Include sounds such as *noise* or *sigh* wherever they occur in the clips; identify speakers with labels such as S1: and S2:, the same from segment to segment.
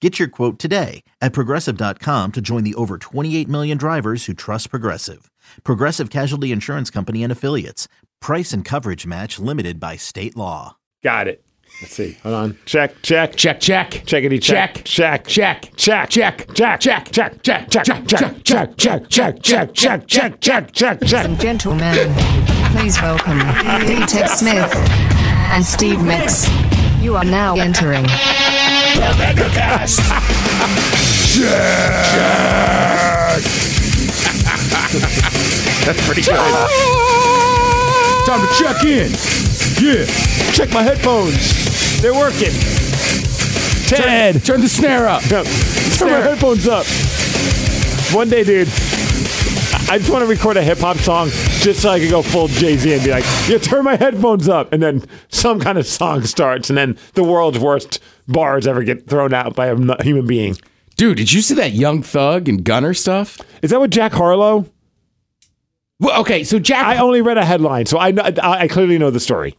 S1: Get your quote today at progressive.com to join the over 28 million drivers who trust Progressive. Progressive Casualty Insurance Company and Affiliates. Price and coverage match limited by state law.
S2: Got it. Let's see. Hold on. Check, check,
S3: Check, check.
S2: Checkity check.
S3: Check.
S2: Check.
S3: Check. Check.
S2: Check.
S3: Check. Check. Check. Check. Check. Check. Check. Check. Check. Check. Check. Check. Check. Check.
S4: and gentlemen, please welcome Peter Smith and Steve Mix. You are now entering
S2: That's pretty good.
S3: Time to check in. Yeah.
S2: check my headphones. They're working. Ted.
S3: Turn the snare up.
S2: Turn my headphones up. One day, dude. I- I just want to record a hip hop song just so I could go full Jay Z and be like, yeah, turn my headphones up. And then some kind of song starts, and then the world's worst bars ever get thrown out by a nu- human being.
S3: Dude, did you see that Young Thug and Gunner stuff?
S2: Is that what Jack Harlow?
S3: Well, okay, so Jack.
S2: I only read a headline, so I, know, I I clearly know the story.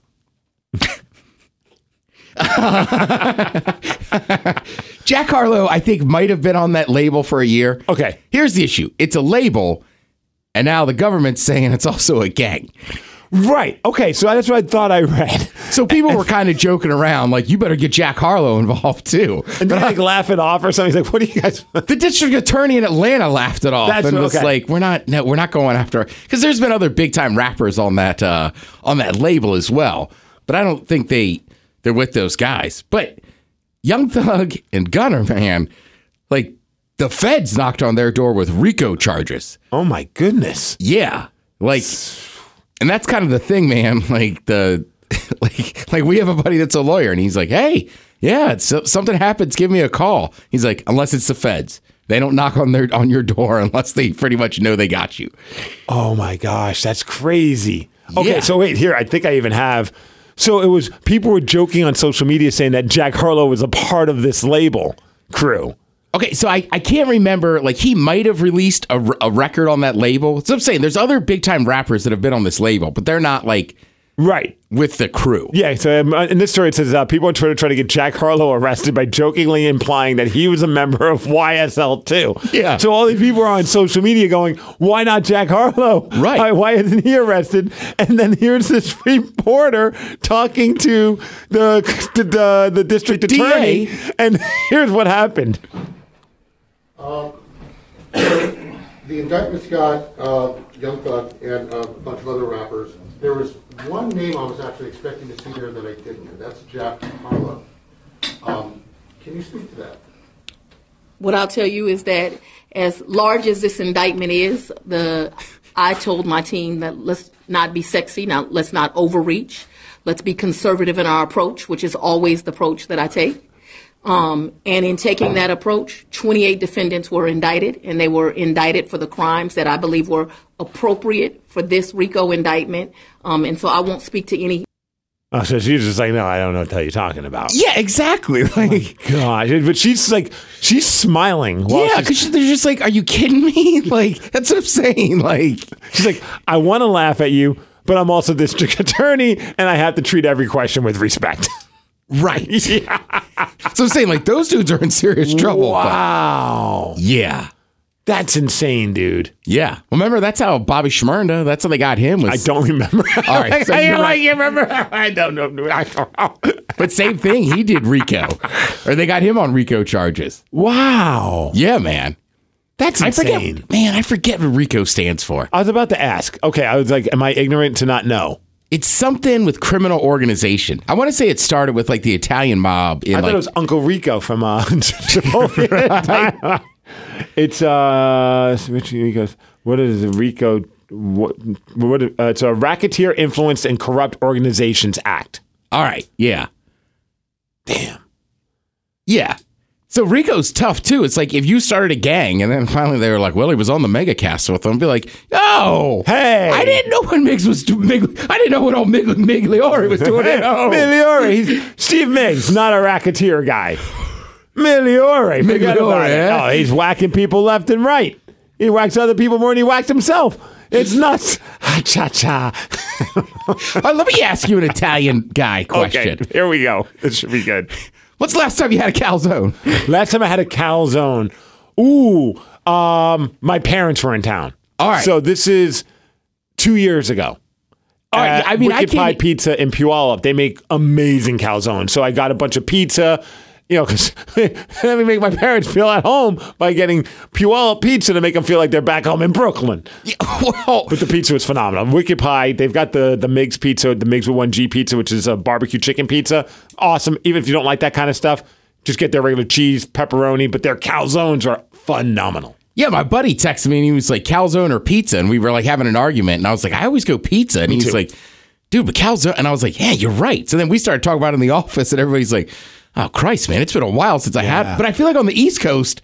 S3: Jack Harlow, I think, might have been on that label for a year.
S2: Okay.
S3: Here's the issue it's a label, and now the government's *laughs* saying it's also a gang.
S2: Right. Okay. So that's what I thought I read.
S3: So people
S2: *laughs*
S3: were kind of joking around, like, you better get Jack Harlow involved too.
S2: And then like laugh it off or something. He's like, what do you guys?
S3: The district attorney in Atlanta laughed it off
S2: That's
S3: and
S2: what-
S3: was
S2: okay.
S3: like, "We're not, no, we're not going after." Because there's been other big time rappers on that uh, on that label as well, but I don't think they they're with those guys. But Young Thug and Gunner, man, like the feds knocked on their door with RICO charges.
S2: Oh my goodness.
S3: Yeah, like, and that's kind of the thing, man. *laughs* Like the like like we have a buddy that's a lawyer, and he's like, "Hey, yeah, it's, something happens, give me a call." He's like, "Unless it's the feds, they don't knock on their on your door *laughs* unless they pretty much know they got you."
S2: Oh my gosh. That's crazy. Okay.
S3: Yeah.
S2: So wait here. I think I even have. So it was people were joking on social media saying that Jack Harlow was a part of this label crew.
S3: Okay, so I, I can't remember. Like he might have released a, r- a record on that label. So I'm saying there's other big time rappers that have been on this label, but they're not like
S2: Right.
S3: with the crew.
S2: Yeah. So um, in this story, it says uh, people on Twitter try to get Jack Harlow arrested by jokingly implying that he was a member of YSL too.
S3: Yeah.
S2: So all these people are on social media going, "Why not Jack Harlow?
S3: Right.
S2: Why, why isn't he arrested?" And then here's this reporter talking to the the, the, the district
S3: The DA.
S2: attorney, and *laughs* here's what happened.
S5: The indictment's got uh, Young Thug and uh, a bunch of other rappers. There was one name I was actually expecting to see there that I didn't, and that's Jack Harlow. Um, Can you speak to that?
S6: What I'll tell you is that as large as this indictment is, the I told my team that let's not be sexy, now let's not overreach. Let's be conservative in our approach, which is always the approach that I take. Um, and in taking that approach, 28 defendants were indicted, and they were indicted for the crimes that I believe were appropriate for this RICO indictment. Um, and so I won't speak to any
S2: Oh, so she's just like, "No, I don't know what the hell you're talking about."
S3: Yeah, exactly. *laughs* Like
S2: God, but she's like, she's smiling. While
S3: yeah,
S2: she's
S3: because they're just like, "Are you kidding me?" *laughs* Like that's what I'm saying. Like
S2: She's like, I want to laugh at you, but I'm also district *laughs* attorney, and I have to treat every question with respect. *laughs*
S3: right. *laughs* So I'm saying like those dudes are in serious trouble. but-
S2: Wow,
S3: yeah.
S2: that's insane, dude.
S3: Yeah. Remember that's how Bobby Shmurda, that's how they got him was
S2: I don't remember.
S3: All right, so
S2: I,
S3: you're
S2: like,
S3: right.
S2: you remember? I don't know. I don't know.
S3: But same thing, he did
S2: *laughs*
S3: Rico. or they got him on Rico charges.
S2: Wow,
S3: Yeah, man.
S2: that's
S3: I
S2: insane.
S3: forget man, I forget what Rico stands for.
S2: I was about to ask. Okay, I was like, am I ignorant to not know?
S3: It's something with criminal organization. I want to say it started with like the Italian mob in
S2: I thought
S3: like
S2: it was Uncle Rico from uh, *laughs* Chipotle. it's uh, which Rico's? What is it, Rico? What? what uh, it's a Racketeer Influenced and Corrupt Organizations Act.
S3: All right. Yeah. Damn. Yeah. So Rico's tough too. It's like if you started a gang and then finally they were like, "Well, he was on the MegaCast with them." Be like, "Oh,
S2: Hey.
S3: I didn't know what Migs was doing. Mig- I didn't know what old Mig- Migliore was
S2: *laughs*
S3: doing at home."
S2: Migliore. He's, Steve Miggs, not a racketeer guy. Migliore. Forget about
S3: Migliore,
S2: it.
S3: eh?
S2: Oh, he's whacking people left and right. He whacks other people more than he whacks himself. It's nuts. *laughs* Ha cha cha.
S3: Uh, let me ask you an Italian guy question.
S2: Okay, here we go. This should be good.
S3: What's the last time you had
S2: *laughs*
S3: a calzone?
S2: Last time I had a calzone. Ooh, um, my parents were in town.
S3: All right.
S2: So this is two years ago.
S3: All right,
S2: at
S3: I mean, I
S2: Wicked Pie
S3: can't. e-
S2: Pizza in Puyallup. They make amazing calzones. So I got a bunch of pizza, you know, because *laughs* let me make my parents feel at home by getting Puyallup pizza to make them feel like they're back home in Brooklyn.
S3: Well,
S2: But the pizza was phenomenal. Wicked Pie, they've got the the Migs pizza, the Migs with one G pizza, which is a barbecue chicken pizza. Awesome. Even if you don't like that kind of stuff, just get their regular cheese, pepperoni. But their calzones are phenomenal.
S3: yeah, my buddy texted me and he was like, calzone or pizza? And we were like having an argument. And I was like, I always go pizza. And he was like, dude, but calzone. And I was like, yeah, you're right. So then we started talking about it in the *laughs* office and everybody's like, oh, Christ, man, it's been a while since I had. But I feel like on the East Coast,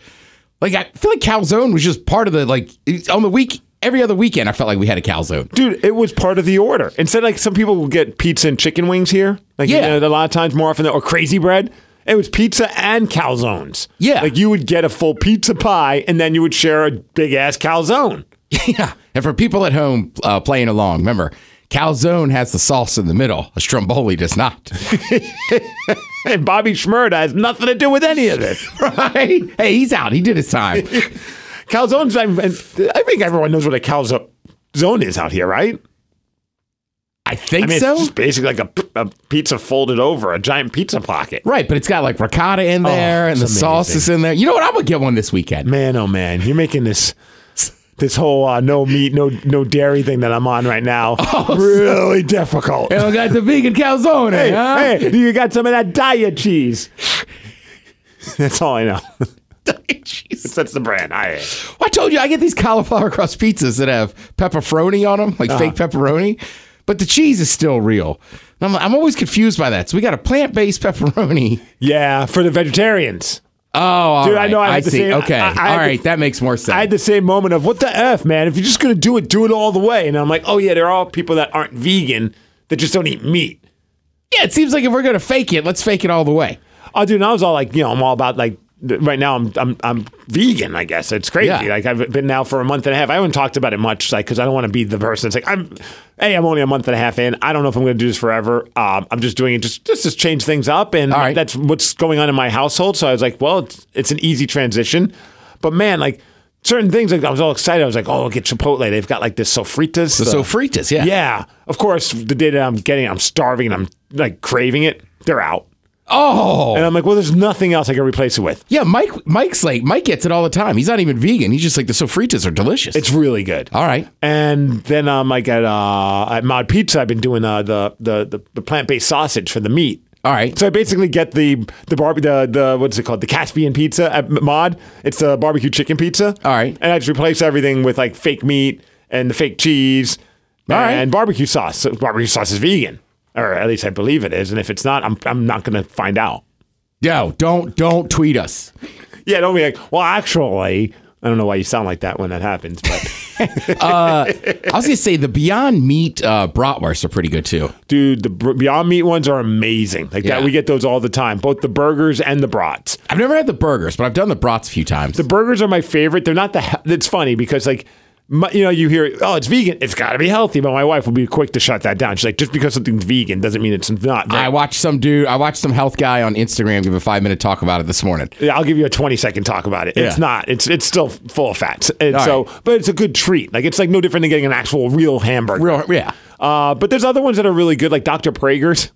S3: like, I feel like calzone was just part of the, like, on the week, every other weekend, I felt like we had
S2: *laughs*
S3: a calzone.
S2: Dude, it was part of the order. Instead, like some people will get pizza and chicken wings here. Like you
S3: Yeah.
S2: know, a lot of times more often than, or crazy bread. It was pizza and calzones.
S3: Yeah.
S2: Like you would get a full pizza pie and then you would share a big ass calzone.
S3: Yeah. And for people at home uh, playing along, remember, calzone has the sauce in the middle, a stromboli does not. *laughs*
S2: And Bobby Schmurda has nothing to do with any of this.
S3: right? Hey, he's out. He did his time.
S2: Calzones, I, I think everyone knows what a calzone is out here, right?
S3: I think
S2: I mean,
S3: so.
S2: it's just basically like a, a pizza folded over, a giant pizza pocket.
S3: Right, but it's got like ricotta in there and the
S2: it's
S3: sauce
S2: amazing.
S3: is in there. You know what? I'm gonna get one this *laughs* weekend.
S2: Man, oh man, you're making this this whole uh, no meat, no no dairy thing that I'm on right *laughs* now really difficult.
S3: And I got the vegan calzone.
S2: Hey,
S3: huh?
S2: hey, do you got some of that diet cheese? *laughs* That's all I *laughs* know.
S3: *laughs* Jeez.
S2: That's the brand. I
S3: I told you I get these cauliflower crust pizzas that have pepperoni on them, like fake pepperoni, but the cheese is still real. And I'm, I'm always confused by that. So we got a plant based *laughs* pepperoni.
S2: yeah for the vegetarians.
S3: Oh, all
S2: Dude, I
S3: right.
S2: know I had the
S3: see.
S2: same-
S3: okay,
S2: I- I
S3: all
S2: had
S3: right,
S2: the-
S3: that makes more sense.
S2: I had the same moment of what the f, man. If you're just gonna do it, do it all the way. And I'm like, oh yeah, there are people that aren't vegan that just don't eat meat.
S3: yeah, it seems like if we're gonna fake it, let's fake it all the way.
S2: Oh, dude, and I was all like, you know, I'm all about like. th- Right now, I'm I'm I'm vegan. I guess it's crazy.
S3: Yeah.
S2: Like I've been now for a month and a half. I haven't talked about it much, like because I don't want to be the person that's like I'm. Hey, I'm only a month and a half in. I don't know if I'm going to do this forever. Um, I'm just doing it just just to change things up, and
S3: All right.
S2: that's what's going on in my household. So I was like, well, it's, it's an easy transition. But man, like certain things, like I was all excited. I was like, oh, I'll get Chipotle. They've got like this sofritas.
S3: The
S2: the-
S3: sofritas, yeah.
S2: yeah. Of course, the day that I'm getting, it, I'm starving and I'm like craving it. They're out.
S3: Oh,
S2: And I'm like, well, there's nothing else I can replace it with.
S3: Yeah, Mike. Mike's like Mike gets it all the time. He's not even vegan. He's just like the sofritas are delicious.
S2: It's really good.
S3: all right.
S2: And then um, like at uh, at Mod Pizza, I've been doing uh, the the the, the plant based sausage for the meat.
S3: All right.
S2: So I basically get the the barbie the the what's it called the Caspian pizza at M- Mod. It's the barbecue chicken pizza.
S3: All right.
S2: And I just replace everything with like fake meat and the fake cheese.
S3: All right.
S2: And barbecue sauce. So barbecue sauce is vegan, or at least I believe it is. And if it's not, I'm I'm not gonna find out.
S3: Yo, don't don't tweet us.
S2: Yeah, don't be like, well, actually, I don't know why you sound like that when that happens, but.
S3: I was gonna say the Beyond Meat uh, bratwursts are pretty good too.
S2: Dude, the br- Beyond Meat ones are amazing. Like
S3: Yeah.
S2: that, we get those all the time, both the burgers and the brats.
S3: I've never had the burgers, but I've done the brats a few times.
S2: The burgers are my favorite. They're not the. He- it's funny because like. My, you know, you hear, oh, it's vegan. It's got to be healthy. But my wife will be quick to shut that down. She's like, just because something's vegan doesn't mean it's not.
S3: I watched some dude. I watched some health guy on Instagram give a five minute talk about it this morning.
S2: Yeah, I'll give you a 20 second talk about it. It's
S3: Yeah.
S2: not. It's it's still full of fats. And
S3: All
S2: so,
S3: right.
S2: but it's a good treat. Like it's like no different than getting an actual real hamburger.
S3: Real, yeah.
S2: Uh, but there's other ones that are really good, like Dr. Prager's.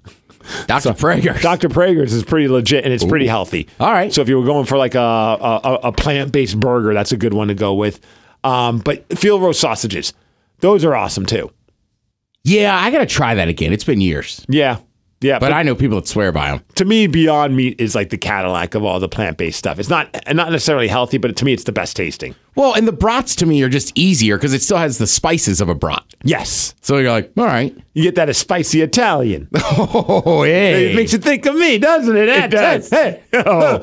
S3: Dr. Prager.
S2: Dr. Prager's is pretty legit and it's pretty healthy.
S3: All right.
S2: So if you were going for like a a, a- a plant based burger, that's a good one to go with. Um, but field roast sausages, those are awesome too.
S3: yeah, I gotta try that again. It's been years.
S2: Yeah. Yeah,
S3: but,
S2: but-
S3: I know people that swear by them.
S2: to me, Beyond Meat is like the Cadillac of all the plant based stuff. It's not and not necessarily healthy, but to me, it's the best tasting.
S3: Well, and the brats to me are just easier because it still has the spices of a brat.
S2: Yes,
S3: So you're like,
S2: *laughs*
S3: all right.
S2: you get that as spicy Italian.
S3: Oh, *laughs* hey.
S2: It makes you think of me, doesn't it? It
S3: does.
S2: Hey, oh,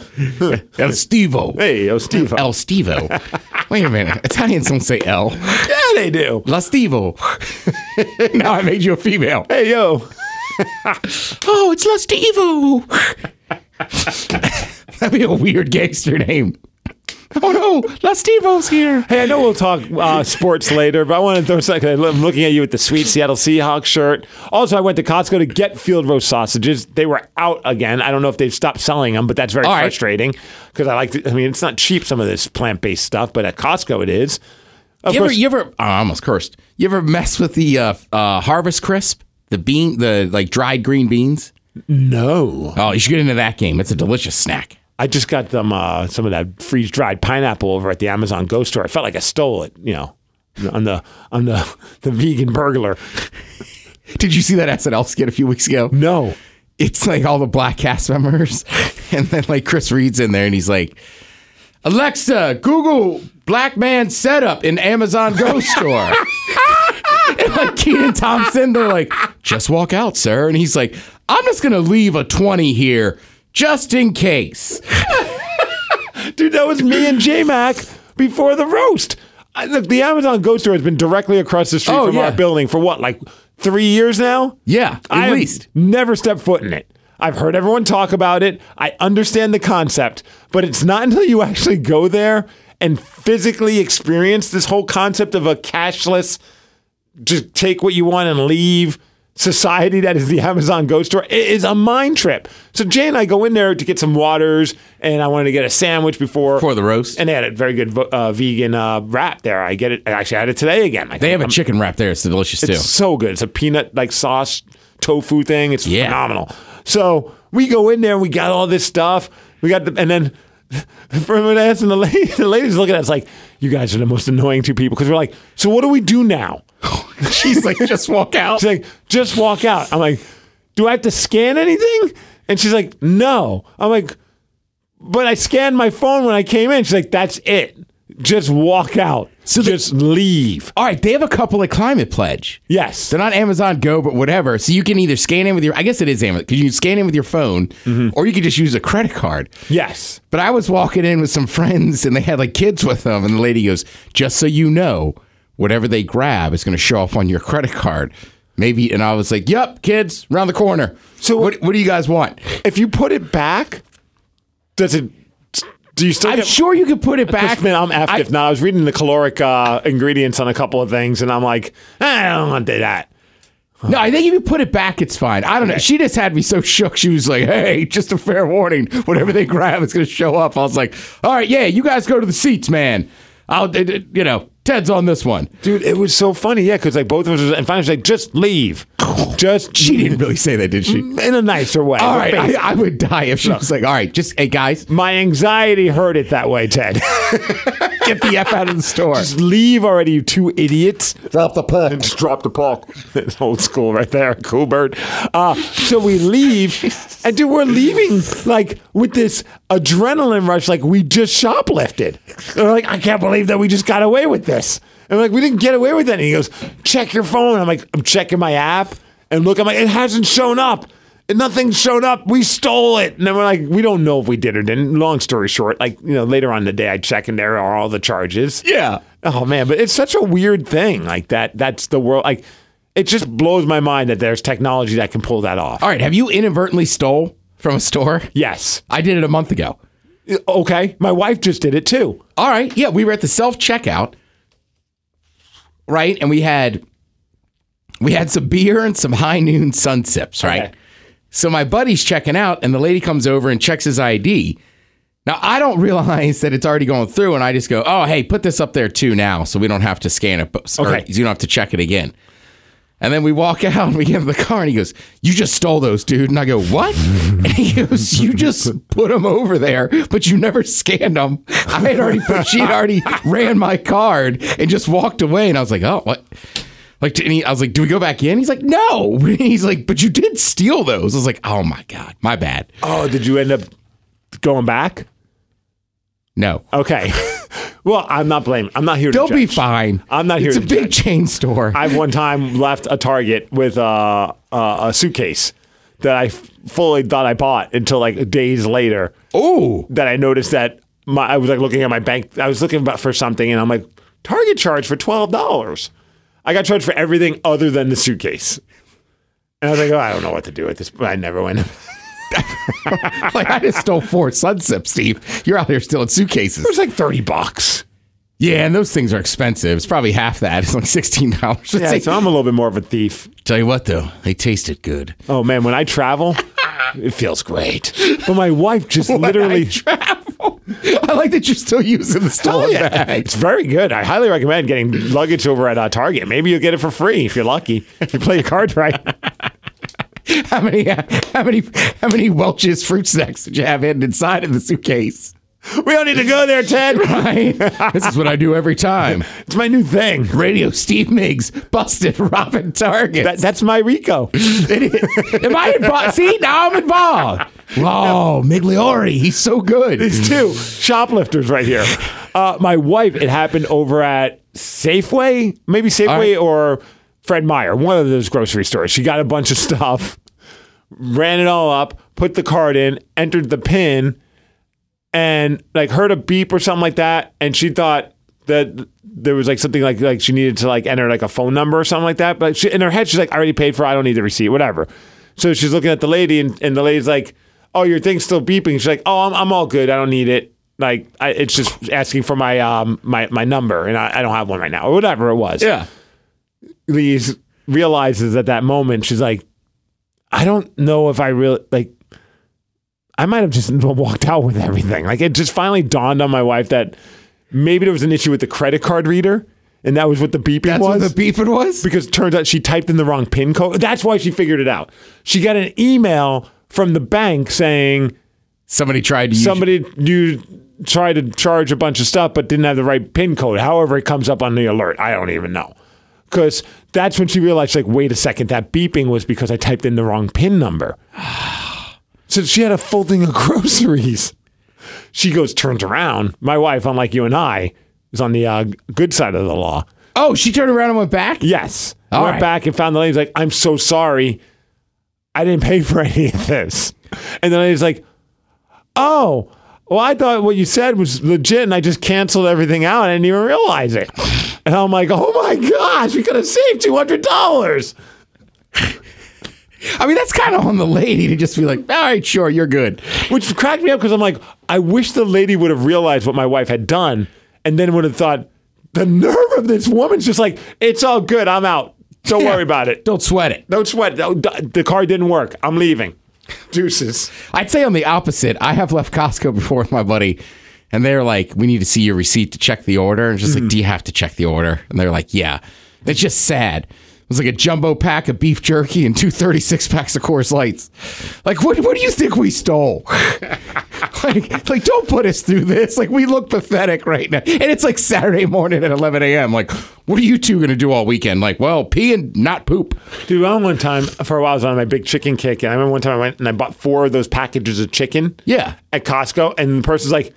S3: El Stevo.
S2: hey, oh, Steve. *laughs*
S3: El Stevo. Wait a minute. Italians don't say El.
S2: Yeah, they do.
S3: La *laughs* Stevo. now I made you a female.
S2: Hey, yo.
S3: Oh, it's La Stevo. *laughs* That'd be a weird gangster name. Oh no, La Stevo's here.
S2: Hey, I know we'll talk uh, sports later, but I want to throw something. I'm looking at you with the sweet Seattle Seahawks shirt. Also, I went to Costco to get field roast sausages. They were out again. I don't know if they've stopped selling them, but that's very
S3: All right.
S2: frustrating because I like. To, I mean, it's not cheap some of this plant based stuff, but at Costco it is. Of
S3: you
S2: course,
S3: ever, you ever, oh, I almost cursed. You ever mess with the uh, uh, Harvest Crisp, the bean, the like dried green beans?
S2: no.
S3: Oh, you should get into that game. It's a delicious snack.
S2: I just got them uh, some of that freeze dried pineapple over at the Amazon Go store. I felt like I stole it. You know. On the on the *laughs* the vegan burglar.
S3: Did you see that SNL skit a few weeks ago?
S2: No,
S3: it's like all the black cast members. *laughs* And then like Chris Reed's in there and he's like, Alexa, Google black man setup in Amazon Go store. *laughs* and like Keenan Thompson, they're like, just walk out, sir. And he's like, I'm just gonna leave a 20 here just in case.
S2: Dude, that was me and J Mac before the roast. I, look, the Amazon Go store has been directly across the street
S3: Oh,
S2: from
S3: yeah.
S2: our building for what, like three years now?
S3: Yeah, at
S2: I have
S3: least.
S2: never stepped foot in it. I've heard everyone talk about it. I understand the concept, but it's not *laughs* until you actually go there and physically experience this whole concept of a cashless, just take what you want and leave society that is the *laughs* Amazon Go store. It is a mind trip. So Jay and I go in there to get some waters, and I wanted to get a sandwich before
S3: Before the roast.
S2: and they had a very good vo- uh, vegan uh, wrap there. I get it. I actually had it today again. Like,
S3: They have a
S2: I'm-
S3: chicken wrap there, it's delicious too.
S2: it's so good. It's a peanut like sauce tofu thing. It's
S3: Yeah.
S2: phenomenal. So we go in there and we got all this stuff. We got the, and then *laughs* for a minute, and the lady, *laughs* the lady's looking at us like, "You guys are the most annoying two people." Because we're like, "So what do we do now?"
S3: *laughs* She's like, just walk out.
S2: She's like, "Just walk out." I'm like, "Do I have to scan anything?" And she's like, "No." I'm like, "But I scanned my phone when I came in." She's like, "That's it. Just walk out.
S3: So the-
S2: just leave."
S3: All right, they have a couple at Climate Pledge.
S2: Yes.
S3: They're not Amazon Go, but whatever. So you can either scan in with your, I guess it is Amazon, because you can scan in with your phone,
S2: Mm-hmm.
S3: or you can just use a credit card.
S2: yes.
S3: But I was walking in with some friends, and they had like kids with them, and the lady goes, "Just so you know, whatever they grab is going to show up on your credit card." Maybe, and I was like, "Yep, kids, round the corner." So what? What do you guys want?
S2: if you put it back, does it? Do you still?
S3: I'm
S2: get,
S3: sure you could put it back.
S2: Chris, man, I'm effed
S3: I-
S2: if not. I was reading the caloric uh, ingredients on a couple of things, and I'm like, I don't want to do that.
S3: No, I think if you put it back, it's fine. I don't know. She just had me so shook. She was like, "Hey, just a fair warning. Whatever they grab, it's going to show up." I was like, "All right, yeah, you guys go to the seats, man. I'll, d- d- you know, Ted's on this one."
S2: Dude, it was so funny, yeah, because like both of us, and finally, she's like, just leave, just
S3: She didn't really say that, did she?
S2: in a nicer way.
S3: Mm, All right,
S2: Basically.
S3: I, I would die if she was like, "All right, just hey guys,
S2: my anxiety heard it that way, Ted. *laughs*
S3: get the f out of the *laughs* store."
S2: just leave already, you two idiots.
S5: Drop the puck.
S2: and *laughs* just drop the puck. It's old school right there, cool bird. Uh, so we leave, and dude, we're leaving like with this adrenaline rush, like we just shoplifted. And we're like, I can't believe that we just got away with this. And we're like, we didn't get away with that. And he goes, check your phone. I'm like, I'm checking my app, and look, I'm like, it hasn't shown up. And nothing showed up. We stole it. And then we're like, we don't know if we did or didn't. Long story short, like, you know, later on in the day, I check and there are all the charges.
S3: Yeah.
S2: Oh man, but it's such a weird thing. Like that that's the world like it just blows my mind that there's technology that can pull that off.
S3: All right, have you inadvertently stole from a store?
S2: Yes.
S3: I did it a month ago.
S2: Okay. My wife just did it too.
S3: All right. Yeah, we were at the self checkout, right? And we had we had some beer and some high noon sun sips, right?
S2: Okay.
S3: So my buddy's checking out, and the lady comes over and checks his ID. Now I don't realize that it's already going through, and I just go, "Oh, hey, put this up there too now, so we don't have to scan it, but- or
S2: Okay.
S3: you don't have to check it again." And then we walk *laughs* out and we get in the car and he goes, You just stole those, dude. And I go, What? And he goes, You just put them over there, but you never scanned them. I had already put, she had already ran my card and just walked away. And I was like, Oh, what? Like, and he, I was like, do we go back in? He's like, no. *laughs* He's like, but you did steal those. I was like, oh my God, my bad.
S2: Oh, did you end up going back?
S3: No.
S2: Okay. *laughs* well, I'm not blaming. I'm not here
S3: They'll
S2: to
S3: be
S2: judge.
S3: fine.
S2: I'm not here
S3: It's a
S2: to
S3: big
S2: judge.
S3: chain store. *laughs*
S2: I one time left a Target with uh, uh, a suitcase that I f- fully thought I bought until like days later
S3: oh,
S2: that I noticed that my I was like looking at my bank. I was looking about for something, and I'm like, Target charged for twelve dollars. I got charged for everything other than the suitcase. And I was like, oh, I don't know what to do with this. But I never went. *laughs* It
S3: like I just stole four sunsips, Steve. You're out here stealing suitcases.
S2: was like thirty bucks.
S3: Yeah, and those things are expensive. It's probably half that. It's like sixteen dollars.
S2: Yeah, so I'm a little bit more of a thief.
S3: Tell you what, though, they tasted
S2: *laughs*
S3: good.
S2: Oh man, when I travel, it feels great. But my wife *laughs* just literally.
S3: I travel. I like that you're still using the
S2: Oh,
S3: stolen
S2: yeah.
S3: bag.
S2: *laughs* It's very good. I highly recommend getting luggage over at uh, Target. Maybe you'll get it for free if you're lucky. If you play your cards right. *laughs*
S3: How many? How many? How many Welch's fruit snacks did you have hidden inside of the suitcase?
S2: we don't need to go there, Ted.
S3: Right. this is what I do every time.
S2: It's my new *laughs* thing.
S3: Radio Steve Miggs busted Robin Target.
S2: That, that's my Rico.
S3: *laughs* Am I involved? See, now I'm involved. Wow, Migliori, he's so good.
S2: These two shoplifters right here. Uh, my wife, it happened over at Safeway, maybe Safeway
S3: right.
S2: or Fred Meyer, one of those grocery stores. She got a bunch of stuff, ran it all up, put the card in, entered the PIN, and like heard a beep or something like that, and she thought that there was like something like like she needed to like enter like a phone number or something like that. But she, in her head, she's like, "I already paid for. it. I don't need the receipt. Whatever." So she's looking at the lady, and, and the lady's like, "Oh, your thing's still beeping." She's like, "Oh, I'm, I'm all good. I don't need it. Like, I, it's just asking for my um my my number, and I, I don't have one right now, or whatever it was." *laughs*
S3: yeah.
S2: Lee's realizes at that moment she's like, I don't know if I really like. I might have just *laughs* walked out with everything. Like it just finally dawned on my wife that maybe there was an issue with the credit card reader, and that was what the beeping
S3: That's
S2: was.
S3: what the beef it was?
S2: because it turns out she typed in the wrong pin code. That's why she figured it out. She got an email from the bank saying
S3: Somebody tried to use
S2: somebody you tried to charge a bunch of stuff but didn't have the right pin code however it comes up on the alert i don't even know because that's when she realized like wait a second that beeping was because i typed in the wrong pin number so she had a full thing of *laughs* groceries she goes turns around my wife unlike you and i is on the uh, good side of the law
S3: Oh, she turned around and went back?
S2: yes i
S3: All
S2: went
S3: right.
S2: back and found the lady's like i'm so sorry i didn't pay for any of this and the lady's like oh, well, I thought what you said was legit and I just canceled everything out. I didn't even realize it. And I'm like, oh my gosh, we could have saved $200.
S3: I mean, that's kind of on the lady to just be like, all right, sure, you're good.
S2: Which cracked me up because I'm like, I wish the lady would have realized what my wife had done and then would have thought, the nerve of this woman's just like, it's all good. I'm out. Don't
S3: Yeah.
S2: worry about it.
S3: Don't sweat it.
S2: Don't sweat. Oh, d- The car didn't work. I'm leaving. Deuces.
S3: I'd say on the opposite, I have left Costco *laughs* before with my buddy, and they're like, "We need to see your receipt to check the order." And just like, "Do you have to check the order?" And they're like, "Yeah." It's just sad. It was like a jumbo pack of beef jerky and two 36 packs of Coors Lights. Like, what? What do you think we stole? *laughs* like, like, don't put us through this. Like, we look pathetic right now. And it's like Saturday morning at 11 a.m. Like, what are you two gonna do all weekend? Like, well, pee and not poop.
S2: Dude, I went one time for a while I was on my big chicken kick, and I remember one time I went and I bought four of those packages of chicken.
S3: Yeah.
S2: At Costco, and the person's like,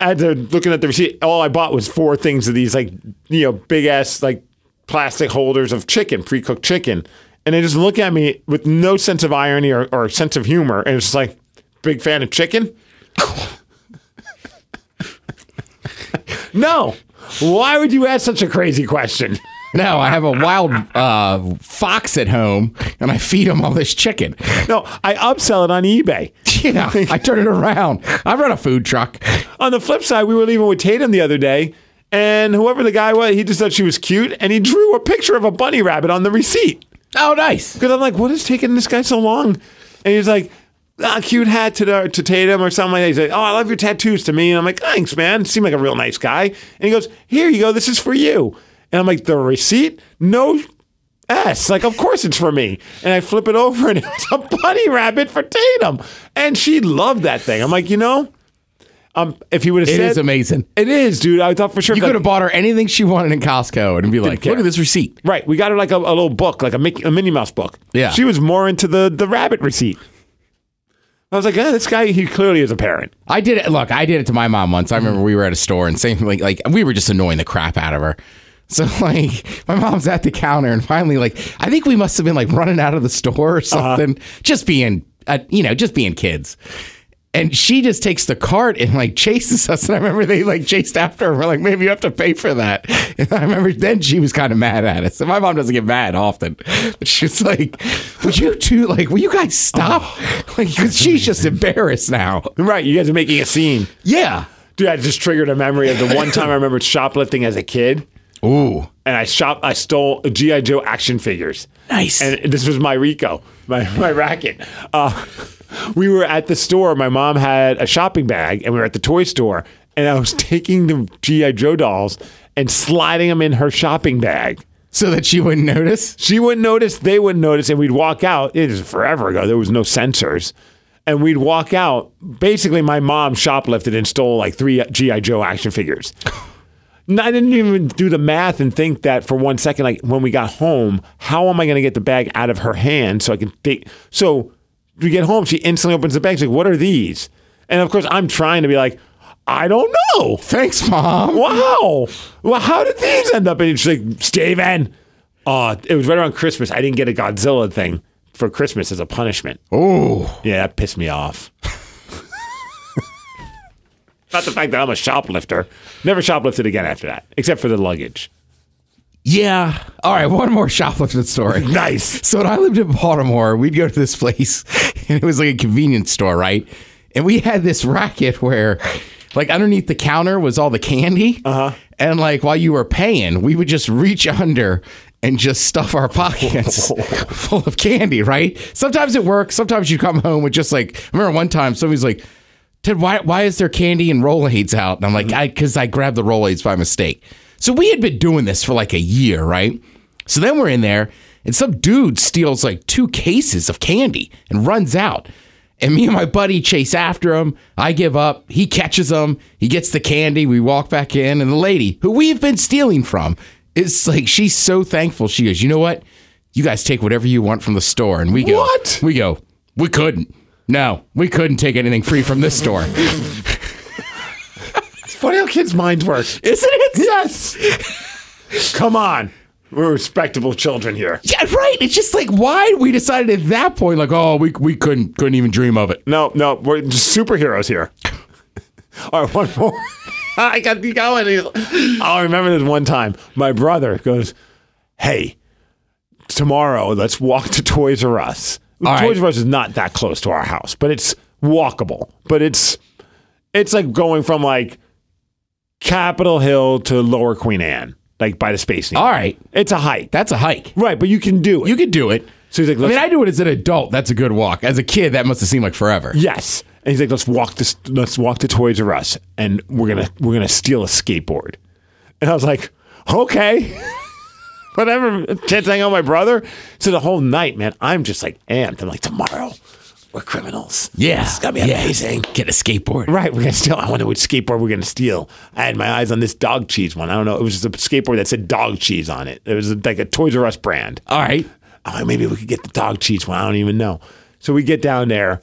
S2: as they're looking at the receipt, all I bought was four things of these like you know big ass like plastic holders of chicken, pre cooked chicken, and they just look at me with no sense of irony or, or sense of humor, and it's just like, big fan of chicken. *laughs* no, why would you ask such a crazy question?
S3: No, I have a wild uh, fox at home, and I feed him all this chicken. *laughs*
S2: No, I upsell it on eBay.
S3: Yeah, I turn it around. I run a food truck.
S2: On the flip side, we were leaving with Tatum the other day, and whoever the guy was, he just thought she was cute, and he drew a picture of a bunny rabbit on the receipt.
S3: Oh, nice.
S2: Because I'm like, what is taking this guy so long? And he's like, ah, cute hat to, the, to Tatum or something like that. He's like, oh, I love your tattoos to me. And I'm like, thanks, man. Seem like a real nice guy. And he goes, here you go. This is for you. And I'm like, the receipt? No S. Like, of course it's for me. And *laughs* I flip it over and it's a bunny rabbit for Tatum. And she loved that thing. I'm like, you know, Um, if he would have
S3: It
S2: said,
S3: is amazing.
S2: It is, dude. I thought for sure
S3: You
S2: like-
S3: could have bought her anything she wanted in Costco and be like,
S2: care.
S3: look at this receipt.
S2: Right. We got her like a, a little book, like a Mickey, a Minnie Mouse book.
S3: Yeah.
S2: She was more into the the rabbit receipt. I was like, yeah, this guy, he clearly is a parent.
S3: I did it. Look, I did it to my mom once. I remember we were at a store and same like like we were just annoying the crap out of her. So *laughs* like my mom's at the counter and finally like I think we must have been like running out of the store or something, just being uh, you know just being kids. And she just takes the cart and like chases *laughs* us. And I remember they like chased after her. We're like, maybe you have to pay for that. *laughs* And I remember then she was kind of mad at us. And my mom doesn't get mad often, but she was like, "Would you two like? Will you guys stop? *laughs* like, 'cause she's just embarrassed now."
S2: Right. You guys are making a scene.
S3: Yeah.
S2: Dude, I just triggered a memory of the one time I remembered shoplifting as a kid.
S3: Ooh.
S2: and I shop. I stole GI Joe action figures.
S3: Nice.
S2: And this was my Rico, my my racket. Uh, we were at the store. My mom had a shopping bag, and we were at the toy store. And I was taking the GI Joe dolls and sliding them in her shopping bag.
S3: So that she wouldn't notice?
S2: She wouldn't notice. They wouldn't notice, and we'd walk out. It is forever ago. There was no sensors. And we'd walk out. Basically, my mom shoplifted and stole like three GI Joe action figures. No, I didn't even do the math and think that for one second, like when we got home, how am I going to get the bag out of her hand so I can think? So we get home, she instantly opens the bag. She's like, What are these? And of course, I'm trying to be like, I don't know.
S3: Thanks, Mom.
S2: Wow. Well, how did these end up? And she's like, Steven. Uh, it was right around Christmas. I didn't get a Godzilla thing for Christmas as a punishment.
S3: Oh.
S2: Yeah, that pissed me off. *laughs* Not the fact that I'm a shoplifter. Never shoplifted again after that, except for the luggage.
S3: Yeah. All right, one more shoplifting *laughs* story.
S2: Nice.
S3: So when I lived in Baltimore, we'd go to this place *laughs* and it was like a convenience store, right? And we had this racket where like underneath the counter was all the candy. Uh-huh. And like while you were paying, we would just reach under and just stuff our *laughs* pockets full of candy, right? Sometimes it worked. Sometimes you come home with just like I remember one time somebody's like, Ted, why why is there candy and Rolaids out? And I'm like, I because I grabbed the Rolaids by mistake. So we had been doing this for like a year, right? So then we're in there, and some dude steals like two cases of candy and runs out. And me and my buddy chase after him. I give up. He catches him. He gets the candy. We walk back in, and the lady who we've been stealing from is like, she's so thankful. She goes, you know what? You guys take whatever you want from the store, and we go.
S2: What?
S3: We go. We couldn't. No, we couldn't take anything free from this *laughs* store.
S2: It's funny how kids' minds work.
S3: Isn't it?
S2: Yes. Come on. We're respectable children here.
S3: Yeah, right. It's just like why we decided at that point, like, oh, we we couldn't couldn't even dream of it.
S2: No, no, we're just superheroes here. *laughs* All right, one
S3: *laughs*
S2: more. I got you going. I remember this one time. My brother goes, "Hey, tomorrow let's walk to Toys R Us."
S3: All
S2: Toys
S3: right.
S2: R Us is not that close to our house, but it's walkable. But it's it's like going from like Capitol Hill to Lower Queen Anne, like by the Space Needle.
S3: All right,
S2: It's a hike,
S3: that's a hike.
S2: right? But you can do it.
S3: You could do it.
S2: so he's like,
S3: I
S2: "Let's
S3: mean, I do it as an adult. That's a good walk. As a kid, that must have seemed like forever.
S2: Yes. And he's like, let's walk this let's walk to Toys R Us and we're gonna we're gonna steal a skateboard. And I was like, okay. *laughs* Whatever chance I know my brother. So the whole night, man, I'm just like amped. I'm like, tomorrow, we're criminals.
S3: Yeah,
S2: It's gonna be
S3: yeah.
S2: amazing.
S3: Get a skateboard.
S2: Right, we're gonna steal. I wonder which skateboard we're gonna steal. I had my eyes on this dog cheese one. I don't know. It was just a skateboard that said dog cheese on it. It was like a Toys R Us brand.
S3: All right.
S2: I'm like, maybe we could get the dog cheese one. I don't even know. So we get down there.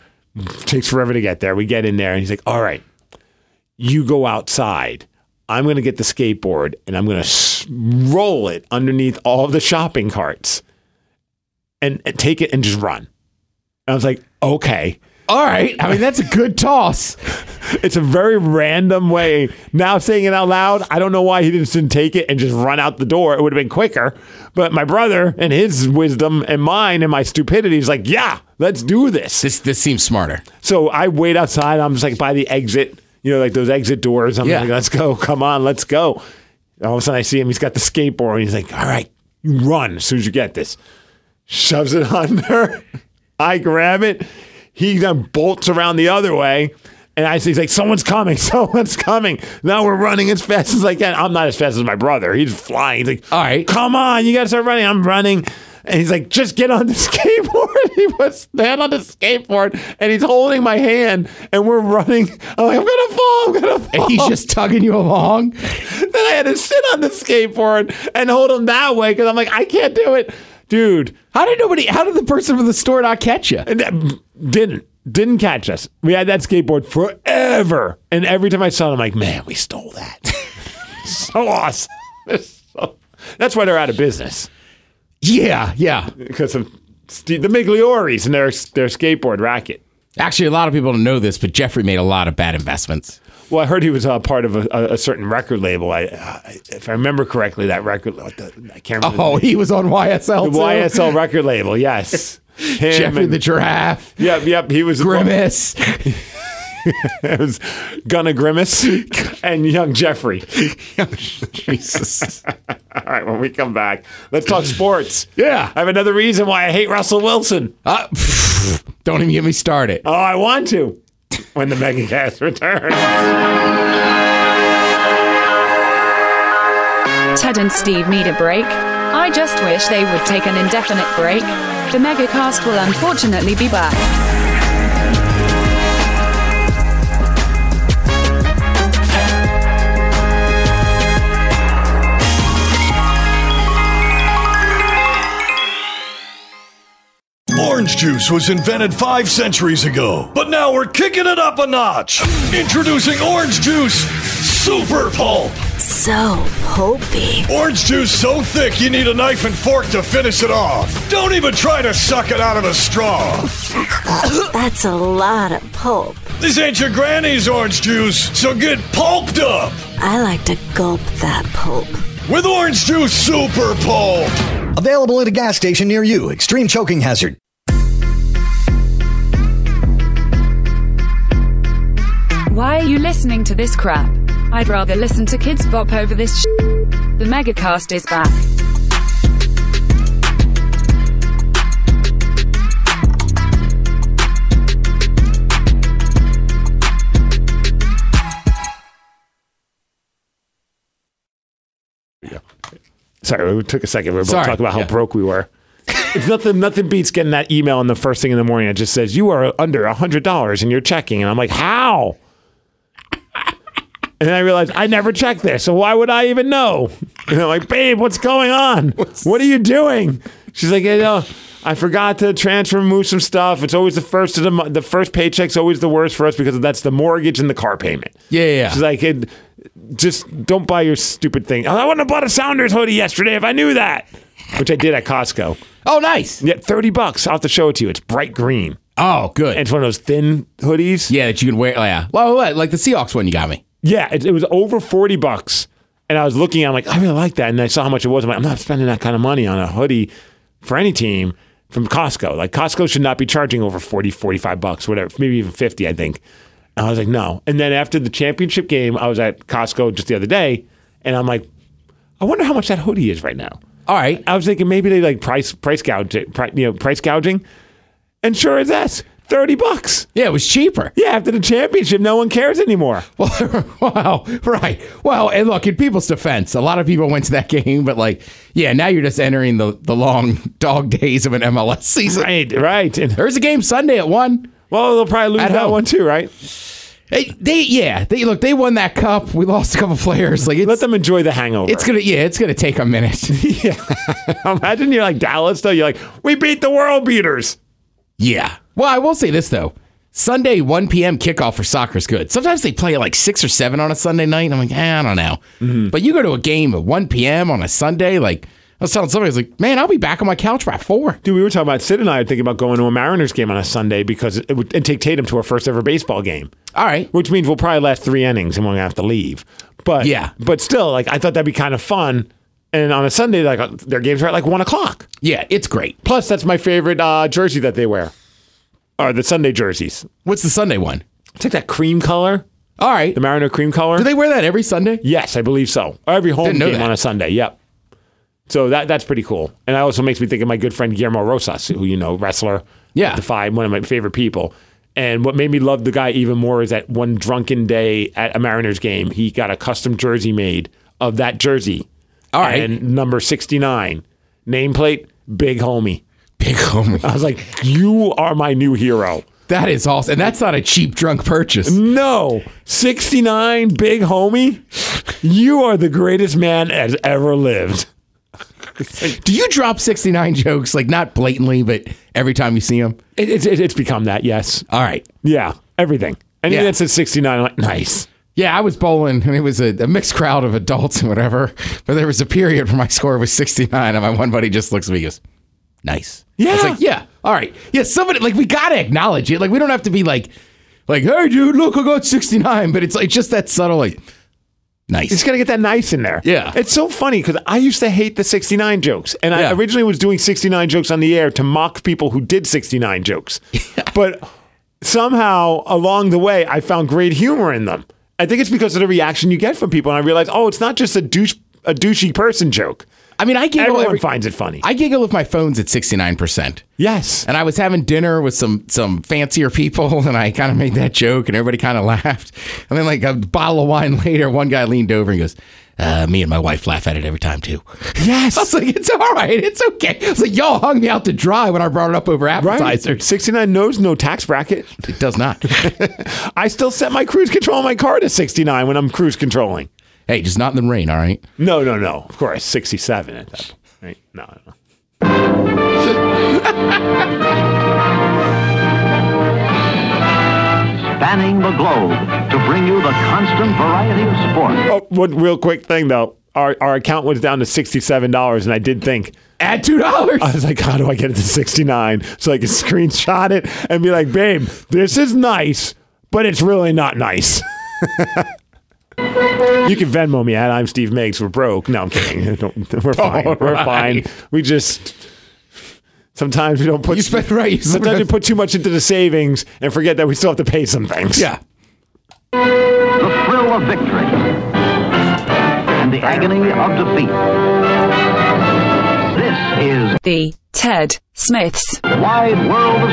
S2: Takes forever to get there. We get in there, and he's like, all right, you go outside. I'm going to get the skateboard and I'm going to s- roll it underneath all of the shopping carts and, and take it and just run. And I was like, okay.
S3: All right. I mean, that's a good toss.
S2: It's a very random way. Now saying it out loud, I don't know why he just didn't take it and just run out the door. It would have been quicker. But my brother and his wisdom and mine and my stupidity is like, yeah, let's do this.
S3: This this seems smarter.
S2: So I wait outside. I'm just like by the exit, you know, like those exit doors. I'm
S3: Yeah.
S2: like, let's go. Come on, let's go. All of a sudden I see him. He's got the skateboard. And he's like, all right, you run as soon as you get this. Shoves it *laughs* under. I grab it. He then bolts around the other way. And I see he's like, someone's coming, *laughs* someone's coming. Now we're running as fast as I can. I'm not as fast as my brother. He's flying. He's like,
S3: All right.
S2: come on, you gotta start running. I'm running. And he's like, just
S3: get on the *laughs* skateboard. he was then on the skateboard and he's holding my hand and we're running. I'm like, I'm gonna fall, I'm gonna fall. And he's just tugging you along. *laughs* then I had to sit on the skateboard and hold him that way because I'm like, I can't do it. Dude, how did nobody how did the person from the store not catch you?
S2: and that didn't didn't catch us. We had that skateboard forever, and every time I saw it, I'm like, man, we stole that.
S3: *laughs*
S2: so awesome. It's so- that's why they're out of business
S3: Yeah, yeah.
S2: because of Steve, the Miglioris and their their skateboard racket.
S3: Actually, a lot of people don't know this, but Jeffrey made a lot of bad investments.
S2: Well, I heard he was uh, part of a, a, a certain record label. I, uh, if I remember correctly, that record what the, I can't remember.
S3: Oh,
S2: the,
S3: he was on YSL.
S2: the
S3: too?
S2: YSL record label. Yes,
S3: *laughs*
S2: Him
S3: Jeffrey
S2: and-
S3: the Giraffe.
S2: Yep, yep. He was
S3: Grimace.
S2: *laughs* It was Gunna Grimace *laughs* and Young Jeffrey. Oh,
S3: Jesus.
S2: All right, when we come back, let's talk sports.
S3: *laughs* Yeah.
S2: I have another reason why I hate Russell Wilson.
S3: Uh, *laughs* don't even get me started.
S2: Oh, I want to. When the MegaCast returns.
S7: Ted and Steve need a break. I just wish they would take an indefinite break. The Megacast will unfortunately be back.
S8: Orange juice was invented five centuries ago, but now we're kicking it up a notch. Introducing Orange Juice Super Pulp.
S9: So pulpy.
S8: Orange juice so thick you need a knife and fork to finish it off. Don't even try to suck it out of a straw.
S9: That's a lot of pulp.
S8: This ain't your granny's orange juice, so get pulped up
S9: I like to gulp that pulp.
S8: with Orange Juice Super Pulp.
S10: Available at a gas station near you. Extreme choking hazard.
S7: Why are you listening to this crap? I'd rather listen to Kids Bop over this sh- The Megacast is back.
S2: Sorry, we took a second. We were
S3: Sorry.
S2: talking about how
S3: Yeah.
S2: broke we were. It's nothing. Nothing beats getting that email in the first thing in the morning. It just says you are under hundred dollars in your checking, and I'm like, how? And I realized I never checked this, so why would I even know? And I'm like, babe, what's going on? What are you doing? She's like, you know, I forgot to transfer, move some stuff. It's always the first of the month. The first paycheck's always the worst for us because that's the mortgage and the car payment.
S3: Yeah, yeah, yeah.
S2: She's like, it, just don't buy your stupid thing. I wouldn't have bought a Sounders hoodie yesterday if I knew that, which I did at Costco.
S3: Oh, nice.
S2: Yeah, thirty bucks. I'll have to show it to you. It's bright green.
S3: Oh, good.
S2: It's one of those thin hoodies.
S3: yeah, that you can wear. Yeah. Well, what, like the Seahawks one you got me.
S2: Yeah, it, it was over 40 bucks. And I was looking, I'm like, I really like that. And I saw how much it was. I'm like, I'm not spending that kind of money on a hoodie for any team from Costco. Like, Costco should not be charging over 40, 45 bucks, whatever, maybe even 50, I think. And I was like, no. And then after the championship game, I was at Costco just the other day. And I'm like, I wonder how much that hoodie is right now.
S3: All right.
S2: I was thinking maybe they like price price gouging, pri- you know, price gouging. And sure as that's 30 bucks.
S3: Yeah, it was cheaper.
S2: Yeah, after the championship, no one cares anymore.
S3: *laughs* Well, wow, right. Well, and look, in people's defense, a lot of people went to that *laughs* game, but like, yeah, now you're just entering the, the long dog *laughs* days of an MLS season.
S2: Right, right. And
S3: There's a game Sunday at one.
S2: Well, they'll probably lose
S3: At
S2: that
S3: home.
S2: one too, right?
S3: Hey, they, yeah, they look, they won that cup. We lost a couple players. Like,
S2: Let
S3: it's,
S2: them enjoy the hangover.
S3: it's gonna, yeah, it's gonna take a minute.
S2: *laughs*
S3: *laughs*
S2: Imagine you're like Dallas, though. You're like, we beat the world beaters.
S3: yeah. Well, I will say this though. Sunday 1 p.m. kickoff for soccer is good. Sometimes they play at like six or seven on a Sunday night, and I'm like, eh, I don't know.
S2: Mm-hmm.
S3: But you go to a game at 1 p.m. on a Sunday, like I was telling somebody, I was like, man, I'll be back on my couch by four.
S2: Dude, we were talking about Sid and I are thinking about going to a Mariners game on a Sunday because it would and take Tatum to our first ever baseball game,
S3: All right.
S2: which means we'll probably last three innings and we're gonna have to leave. But
S3: Yeah.
S2: but still, like I thought that'd be kind of fun. And on a Sunday, like their games are at like one o'clock.
S3: Yeah, it's great.
S2: Plus, that's my favorite uh, jersey that they wear, or the Sunday jerseys.
S3: What's the Sunday one?
S2: It's like that cream color,
S3: All right.
S2: the Mariner cream color.
S3: Do they wear that every Sunday?
S2: Yes, I believe so. Every home
S3: Didn't know
S2: game
S3: that.
S2: on a Sunday. Yep. So that that's pretty cool, and that also makes me think of my good friend Guillermo Rosas, who you know, wrestler.
S3: Yeah.
S2: Defy, one of my favorite people. And what made me love the guy even more is that one drunken day at a Mariners game, he got a custom jersey made of that jersey.
S3: All right.
S2: And number sixty nine nameplate Big homie.
S3: Big homie.
S2: I was like, you are my new hero.
S3: That is awesome. And that's not a cheap drunk purchase.
S2: No, 69, big homie. You are the greatest man as ever lived.
S3: Do you drop 69 *laughs* jokes, like not blatantly, but every time you see them?
S2: It, it's it, it's become that, yes.
S3: All right.
S2: Yeah, everything. And
S3: Yeah.
S2: that's at 69, I'm like, nice.
S3: Yeah, I was bowling and it was a, a mixed crowd of adults and whatever. But there was a period where my score was 69 and my one buddy just looks at me and goes, nice. I was
S2: Yeah.
S3: like, yeah, all right. Yeah, somebody, like, we got to acknowledge it. Like, we don't have to be like, like, hey, dude, look, I got 69. But it's like just that subtle, like,
S2: You just
S3: nice.
S2: got to get that nice in there.
S3: Yeah.
S2: It's so funny because I used to hate the 69 jokes. And I
S3: Yeah.
S2: originally was doing 69 jokes on the air to mock people who did 69 jokes.
S3: *laughs*
S2: But somehow along the way, I found great humor in them. I think it's because of the reaction you get from people. And I realized, oh, it's not just a douche, a douchey person joke.
S3: I mean, I giggle.
S2: Everyone
S3: every-
S2: finds it funny.
S3: I giggle if my phone's at 69%.
S2: yes.
S3: And I was having dinner with some some fancier people, *laughs* and I kind of made that joke, and everybody kind of *laughs* laughed. And then, like a bottle of wine *laughs* later, one guy leaned over and goes, uh, "Me and my wife laugh at it every time too." *laughs*
S2: Yes.
S3: I was like, "It's all right, it's okay." I was like, "Y'all hung me out to dry when I brought it up over
S2: Right.
S3: appetizers." *laughs*
S2: 69 knows no tax bracket.
S3: It does
S2: *laughs*
S3: not.
S2: I still set my cruise control on my car to 69 when I'm cruise controlling.
S3: hey, just not in the rain, all right?
S2: No, no, no. Of course, 67 at that point. Right? No, no.
S11: Spanning the globe to bring you the constant variety of sport.
S2: Oh, one real quick thing though. Our, our account was down to $67 and I did think,
S3: Add two dollars.
S2: I was like, how do I get it to 69 so I can *laughs* screenshot it and be like, babe, this is nice, but it's really not nice. *laughs* you can Venmo me at I'm Steve Meigs. We're broke. No, I'm kidding. *laughs* Don't- We're fine.
S3: All
S2: We're
S3: right.
S2: fine. We just sometimes we don't put
S3: You spent right. You
S2: *laughs* sometimes we
S3: spent-
S2: put too much into the savings and forget that we still have to pay some things.
S3: yeah.
S11: The thrill of victory and the agony of defeat. This is
S7: The Ted Smiths
S11: Wide World of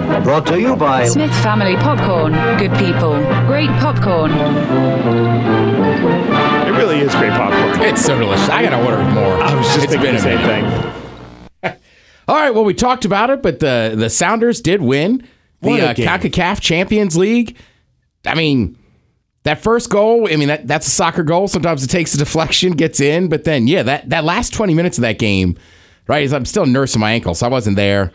S11: Sports.
S10: Brought to you by
S7: Smith Family Popcorn. Good people, great popcorn.
S2: It really is great popcorn.
S3: It's so delicious. I gotta order more.
S2: I was just
S3: It's
S2: thinking
S3: been
S2: the
S3: a
S2: same
S3: minute.
S2: thing.
S3: All right. Well, we talked about it, but the the Sounders did win the
S2: What a
S3: uh,
S2: game.
S3: CONCACAF Champions League. I mean, that first goal. I mean, that that's a soccer goal. Sometimes it takes a deflection, gets in, but then yeah, that that last twenty minutes of that game, right? Is I'm still nursing my ankle, so I wasn't there.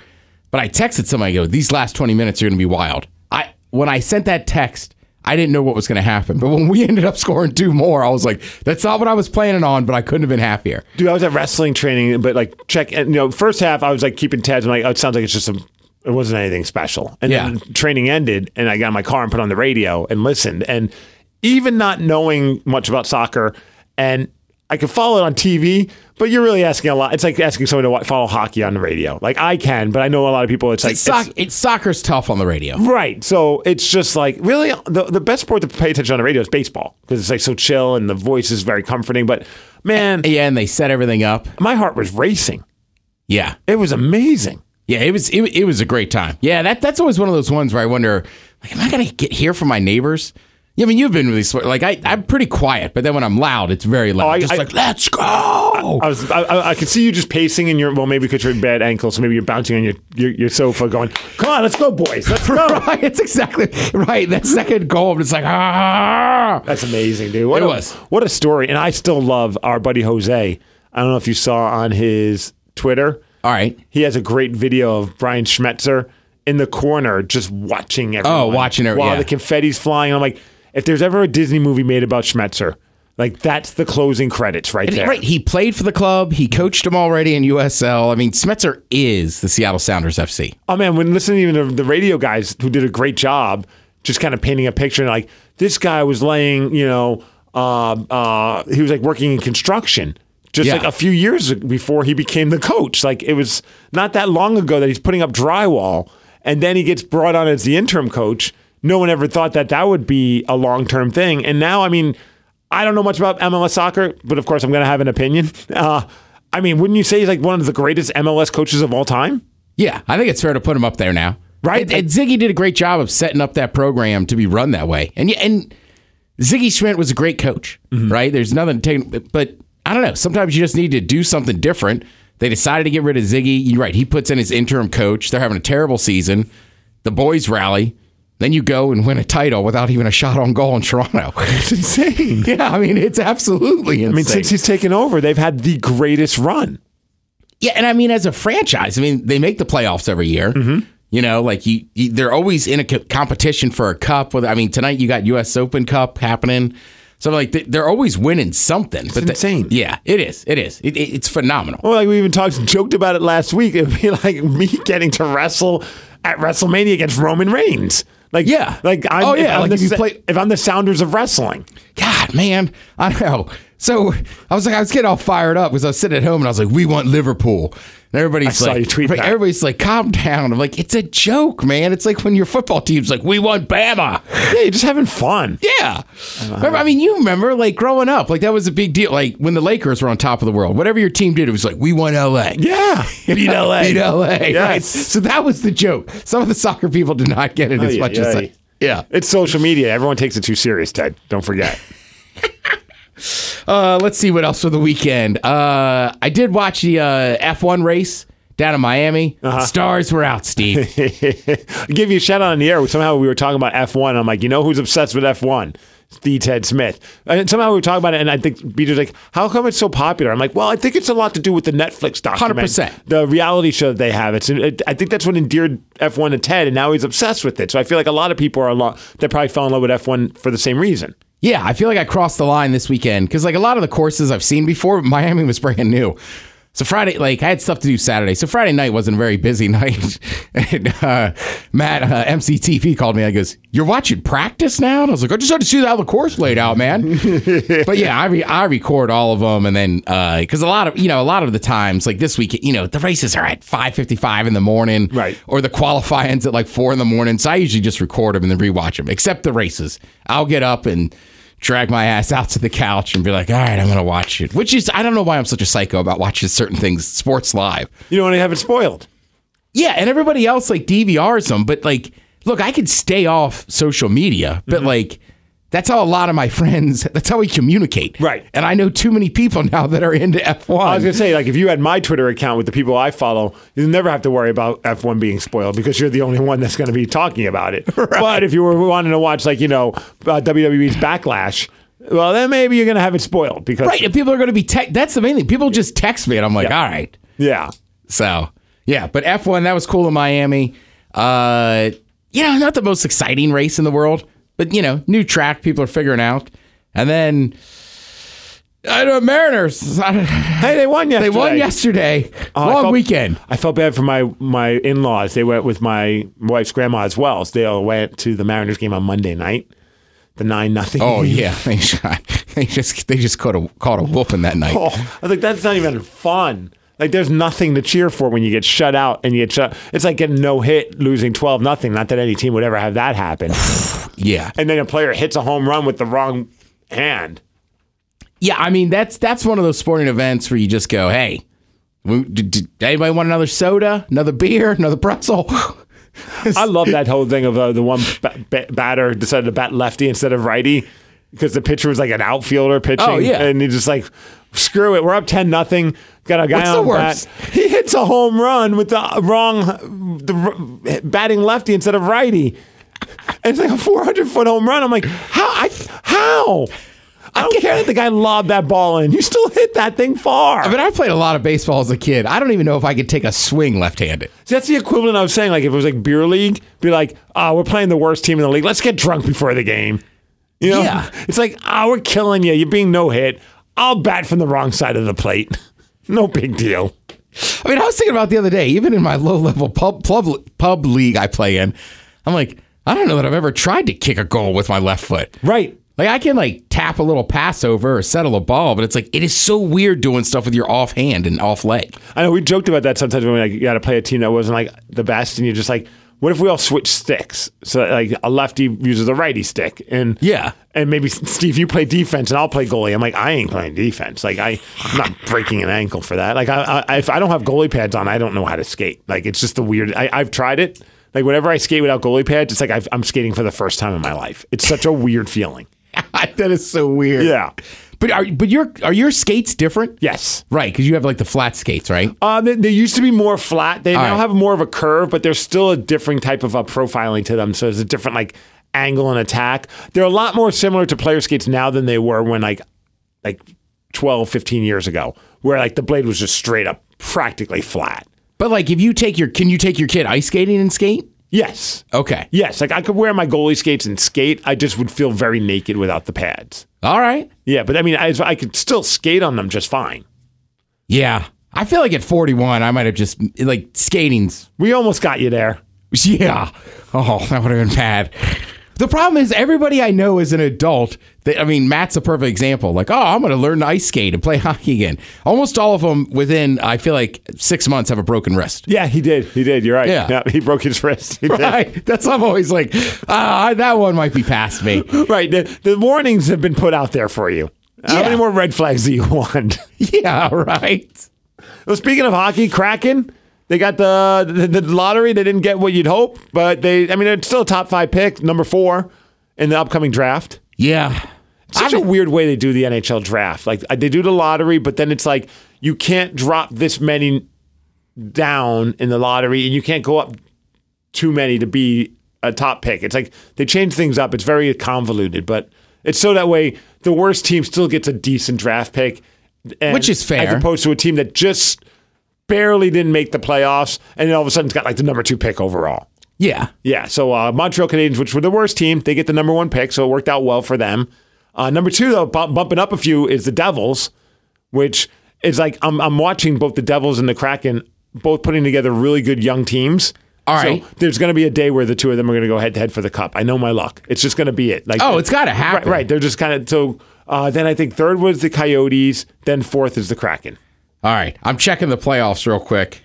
S3: But I texted somebody. I go, these last twenty minutes are going to be wild. I when I sent that text. I didn't know what was going to happen, but when we *laughs* ended up scoring two more, I was like, "That's not what I was planning on." But I couldn't have been happier.
S2: Dude, I was at wrestling training, but like check, and, you know, first half I was like keeping tabs. I'm like, oh, it sounds like it's just a, it wasn't anything special. And then
S3: Yeah.
S2: training ended, and I got in my car and put on the radio and listened. And even not knowing much about soccer, and I could follow it on TV, but you're really asking a lot. It's like asking someone to wa- follow hockey on the radio. Like I can, but I know a lot of people. It's like
S3: It's,
S2: it's-
S3: soc- it's soccer's tough on the radio.
S2: Right. So it's just like really the, the best sport to pay attention on the radio is baseball because it's like so chill and the voice is very comforting. But man,
S3: Yeah, and they set everything up.
S2: my heart was racing.
S3: Yeah.
S2: It was amazing.
S3: Yeah, it was it, it was a great time. Yeah, that that's always one of those ones where I wonder, like, am I gonna get here from my neighbors? Yeah, I mean, you've been really smart. Like, I, I'm pretty quiet, but then when I'm loud, it's very loud.
S2: Oh, I-
S3: just
S2: I-
S3: like, let's go.
S2: I was I, I, I could see you just pacing in your well maybe because you're in bad ankle so maybe you're bouncing on your, your, your sofa going come on let's go boys let's go
S3: *laughs* right, it's exactly right. That second goal, I'm just like, ah.
S2: that's amazing dude what
S3: It
S2: a,
S3: was.
S2: what a story and I still love our buddy Jose I don't know if you saw on his Twitter
S3: All right.
S2: he has a great video of Brian Schmetzer in the corner just watching everyone
S3: Oh, watching every-
S2: while
S3: yeah.
S2: the confetti's flying I'm like if there's ever a Disney movie made about Schmetzer like that's the closing credits right
S3: And he-
S2: there
S3: Right, he played for the club. He coached them already in USL. I mean, Smetzer is the Seattle Sounders FC.
S2: Oh man, when listening to the radio guys who did a great job, just kind of painting a picture, and like this guy was laying, you know, um uh, he was like working in construction, just
S3: Yeah.
S2: like a few years before he became the coach. Like it was not that long ago that he's putting up drywall, and then he gets brought on as the interim coach. No one ever thought that that would be a long term thing, and now I mean, I don't know much about MLS soccer, but of course I'm going to have an opinion. *laughs* Uh, I mean, wouldn't you say he's like one of the greatest MLS coaches of all time?
S3: Yeah, I think it's fair to put him up there now.
S2: Right?
S3: And, and Ziggy did a great job of setting up that program to be run that way. And yeah, and Ziggy Schmidt was a
S2: Mm-hmm.
S3: great coach, right? There's nothing taken, but I don't know. Sometimes you just need to do something different They decided to get rid of Ziggy. You're right. He puts in his interim coach. They're having a terrible season. The boys rally. Then you go and win a title without even a shot on goal in Toronto. *laughs* It's insane.
S2: *laughs*
S3: yeah, I mean, it's absolutely insane.
S2: I mean, since he's taken over, they've had the greatest run.
S3: Yeah, and I mean, as a franchise, I mean, they make the playoffs every year.
S2: Mm-hmm.
S3: You know, like you, you, they're always in a co- competition for a cup. Whether I mean, tonight you got U.S. Open Cup happening, so like they- they're always winning something. It's but insane. yeah, it is. It is. It, it- it's phenomenal.
S2: Well, like we even talked, joked about it last week. *laughs* It would be like me getting to wrestle at WrestleMania against Roman Reigns. Like yeah, like I'm,
S3: Oh,
S2: if
S3: yeah,
S2: I'm
S3: like
S2: the,
S3: if you
S2: Sa-
S3: play-
S2: if I'm the Sounders of wrestling.
S3: God, man, I know. So I was like, I was getting all fired up because I was sitting at home and I was like, we want Liverpool. And everybody's
S2: I saw
S3: like,
S2: you tweet
S3: right,
S2: that.
S3: everybody's like, calm down. I'm like, it's a joke, man. It's like when your football team's like, we want Bama.
S2: Yeah, you're just having fun.
S3: Yeah.
S2: Uh-huh.
S3: Remember, I mean, you remember like growing up, like that was a big deal. Like when the Lakers were on top of the world, whatever your team did, it was like, we won LA.
S2: *laughs* Yeah,
S3: Beat
S2: LA.
S3: *laughs* Beat LA. right?
S2: Yes.
S3: So that was the joke. Some of the soccer people did not get it as
S2: Ay,
S3: much
S2: ay,
S3: as
S2: ay.
S3: like, yeah.
S2: It's social media. Everyone takes it too serious, Ted. Don't forget.
S3: Uh, let's see what else for the weekend. Uh, I did watch the uh, F1 race down in Miami.
S2: Uh-huh.
S3: Stars were
S2: *laughs*
S3: out, Steve.
S2: I gave you a shout out on the air. Somehow we were talking about F1. and I'm like, you know who's obsessed with F1? It's The Ted Smith. And somehow we were talking about it, and I think BJ's like, how come it's so popular? I'm like, well, I think it's a lot to do with the Netflix document.
S3: 100%.
S2: The reality show that they have. It's, it, I think that's what endeared F1 to Ted, and now he's obsessed with it. So I feel like a lot of people are, a lot, that probably fell in love with F1 for the same reason.
S3: yeah, I feel like I crossed the line this weekend because like a lot of the courses I've seen before, *laughs* Miami was brand new. So Friday, like I had stuff to do Saturday. So Friday night wasn't a very busy *laughs* night. and uh, Matt uh, MCTV called me. I goes, "You're watching practice now?" And I was like, "I just had to see how the course laid out, man." but yeah, I, re- I record all of them, and then because a lot of you know a lot of the times like this week, you know the races are at five fifty five in the morning,
S2: Right.
S3: Or the qualifying's at like four in the morning. So I usually just record them and then rewatch them. Except the races, I'll get up and drag my ass out to the couch and be like, all right, I'm gonna watch it. Which is I don't know why I'm such a psycho about watching certain things sports live.
S2: You don't want to have it spoiled.
S3: Yeah, and everybody else like DVRs them, but like, look, I could stay off social media, but
S2: Mm-hmm.
S3: like, that's how a lot of my friends. That's how we communicate,
S2: Right.
S3: And I know too many people *laughs* now that are into F one.
S2: I was going to say, like, if you had my Twitter account with the people I follow, you'll never have to worry about F1 being spoiled because you're the only one that's going to be talking about
S3: *laughs*
S2: it. But if you were wanting to watch, like, you know, uh, WWE's Backlash, well, then maybe you're going to have it spoiled because.
S3: right, and people are going to be tech. That's the main thing. People just text me, and I'm like,
S2: Yeah.
S3: all right.
S2: Yeah.
S3: So yeah, but F one that was cool in Miami. Uh, you know, not the most exciting race in the world, but you know, new track people are figuring out, and then. I don't Mariners. *laughs* I don't-
S2: Hey, they won
S3: They
S2: yesterday.
S3: won yesterday.
S2: Oh, I
S3: Long
S2: felt-
S3: weekend.
S2: I felt bad for my my in laws. They went with my wife's grandma as well. So they all went to the Mariners game on Monday night, the nine nothing. *laughs*
S3: Oh yeah, *laughs* they shot. They just they just caught a caught a whooping that night.
S2: Oh, I was like, that's not even fun. Like, there's nothing to cheer for when you get shut out and you get shut. It's like getting no hit, losing 12 nothing. Not that any team would ever have that happen.
S3: Yeah,
S2: and then a player hits a home run with the wrong hand.
S3: yeah. I mean that's that's one of those sporting events where you just go, hey, we, did, did anybody want another soda, another beer, another pretzel?
S2: I love that whole thing of uh, the one ba- ba- batter decided to bat lefty instead of righty because the pitcher was like an outfielder pitching.
S3: Oh, yeah.
S2: And he just like, screw it. We're up 10 nothing. Got a guy
S3: What's the
S2: on
S3: worst?
S2: bat. He hits a home run with the wrong, the r- batting lefty instead of righty. And it's like a 400 foot home run. I'm like, how? I, how? I don't care that the guy lobbed that ball in. You still hit that thing far.
S3: I mean, I played a lot of baseball as a kid. I don't even know if I could take a swing left-handed.
S2: See, that's the equivalent I was saying. Like if it was like beer league, be like, oh, we're playing the worst team in the league. Let's get drunk before the game. You know?
S3: Yeah.
S2: *laughs* It's like, oh, we're killing you. You're being no hit. I'll bat from the wrong side of the plate. *laughs* no big deal.
S3: I mean, I was thinking about it the other day, even in my low-level pub pub, pub league I play in, I'm like, I don't know that I've ever tried to kick a goal with my left foot.
S2: Right.
S3: Like I can like tap a little pass over or settle a ball, but it's like it is so weird doing stuff with your off hand and off leg. *laughs*
S2: I know we joked about that sometimes when we like, got to play a team that wasn't like the best, and you're just like, what if we all switch sticks? So like a lefty uses a righty stick, and
S3: Yeah.
S2: and maybe *laughs* Steve, you play defense, and I'll play goalie. I'm like, I ain't playing defense. Like I, I'm not breaking an ankle for that. Like I, I, if I don't have goalie pads on, I don't know how to skate. Like it's just the weird. I, I've tried it. Like whenever I skate without goalie pads, it's like I've, I'm skating for the first time in my life. It's such a weird feeling.
S3: God, that is so weird.
S2: Yeah.
S3: But are but your are your skates different?
S2: Yes.
S3: Right, because you have like the flat skates, right?
S2: Um, they, they used to be more flat. They
S3: All
S2: now
S3: right.
S2: have more of a curve, but there's still a different type of uh, profiling to them. So there's a different like angle and attack. They're a lot more similar to player skates now than they were when like like 12, 15 years ago, where like the blade was just straight up practically flat.
S3: But like, if you take your, can you take your kid ice skating and skate?
S2: Yes.
S3: Okay.
S2: Yes, like I could wear my goalie skates and skate. I just would feel very naked without the pads.
S3: All right.
S2: Yeah, but I mean, I, I could still skate on them just fine.
S3: Yeah. I feel like at 41, I might have just like skating's.
S2: We almost got you there.
S3: *laughs* Yeah. Oh, that would have been bad. The problem is everybody I know is an adult. That I mean, Matt's a perfect example. Like, oh, I'm going to learn to ice skate and play *laughs* hockey again. Almost all of them within, I feel like six months have a
S2: *laughs*
S3: broken wrist. *laughs*
S2: Yeah, he did. He did. You're right.
S3: Yeah.
S2: he broke his wrist.
S3: *laughs*
S2: He did.
S3: Right. That's I'm always like, ah, that one might be past me. *laughs*
S2: *laughs* Right. The, the warnings have been put out there for you. How
S3: Yeah.
S2: many more red flags do you *laughs* want?
S3: Yeah. Right.
S2: well, speaking of hockey, Kraken, they got the, the the lottery. They didn't get what you'd hope, but they, I mean, it's still a top five pick, number four in the upcoming draft.
S3: Yeah.
S2: It's such a weird way they do the NHL draft. Like uh, they do the lottery, but then it's like you can't drop this many down in the lottery, and you can't go up too many to be a top pick. It's like they change things up. It's very convoluted, but it's so that way the worst team still gets a decent draft pick, and-
S3: Which is fair.
S2: as opposed to a team that just barely didn't make the playoffs, and then all of a sudden it's got like the number two pick overall.
S3: Yeah.
S2: Yeah, so uh, Montreal Canadiens, which were the worst team, they get the number one pick, so it worked out well for them. Uh, number two, though, bu- bumping up a few is the Devils, which is like I'm, I'm watching both the Devils and the Kraken both putting together really good young teams.
S3: All
S2: So
S3: right.
S2: there's going to be a day where the two of them are going to go head to head for the cup. I know my luck. It's just going to be it. Like
S3: Oh, it's gotta
S2: Right,
S3: happen.
S2: Right. They're just kind of so. Uh, then I think third was the Coyotes. Then fourth is the Kraken.
S3: All right, I'm checking the playoffs real quick.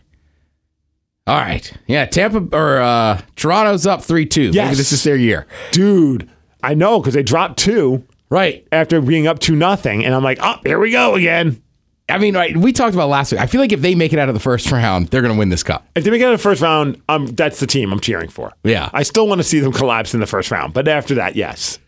S3: All right, yeah, Tampa or uh, Toronto's up three two.
S2: Yes.
S3: Maybe this is their year.
S2: Dude, I know because they dropped two
S3: Right.
S2: after being up two nothing, and I'm like, oh, here we go again.
S3: I mean, right. We talked about last week. I feel like if they make it out of the first *laughs* round, they're going to win this cup.
S2: If they make it out of the first round, um, that's the team I'm cheering for.
S3: Yeah.
S2: I still want to see them collapse in the first round, but after that, yes.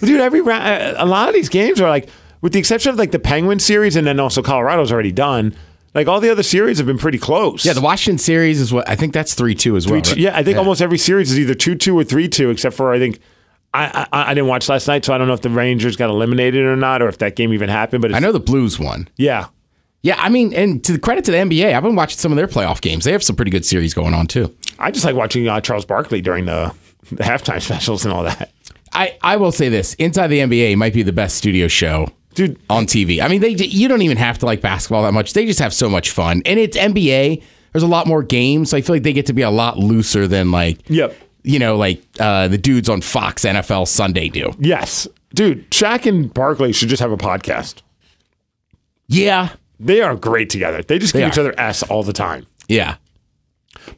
S2: Dude, every round, a lot of these games are like, with the exception of like the Penguin series, and then also Colorado's already done. Like all the other series have been pretty close.
S3: Yeah, the Washington series is what I think that's three two as well.
S2: Three-
S3: right?
S2: yeah, I think almost every series is either two two or three two, except for I think I, I I didn't watch last night, so I don't know if the Rangers got eliminated or not, or if that game even happened. But it's,
S3: I know the Blues won.
S2: yeah,
S3: Yeah, I mean, and to the credit to the NBA, I've been watching some of their playoff games. They have some pretty good series going on too.
S2: I just like watching uh, Charles Barkley during the, the halftime *laughs* specials and all that.
S3: I, I will say this: Inside the NBA might be the best studio show,
S2: Dude.
S3: on TV. I mean, they you don't even have to like basketball that much. They just have so much fun, and it's NBA. There's a lot more games, so I feel like they get to be a lot looser than like,
S2: Yep.
S3: you know, like uh, the dudes on Fox NFL Sunday do.
S2: Yes, dude, Shaq and Barkley should just have a podcast.
S3: Yeah,
S2: They are great together. They just
S3: They
S2: give each
S3: are.
S2: other s all the time.
S3: yeah,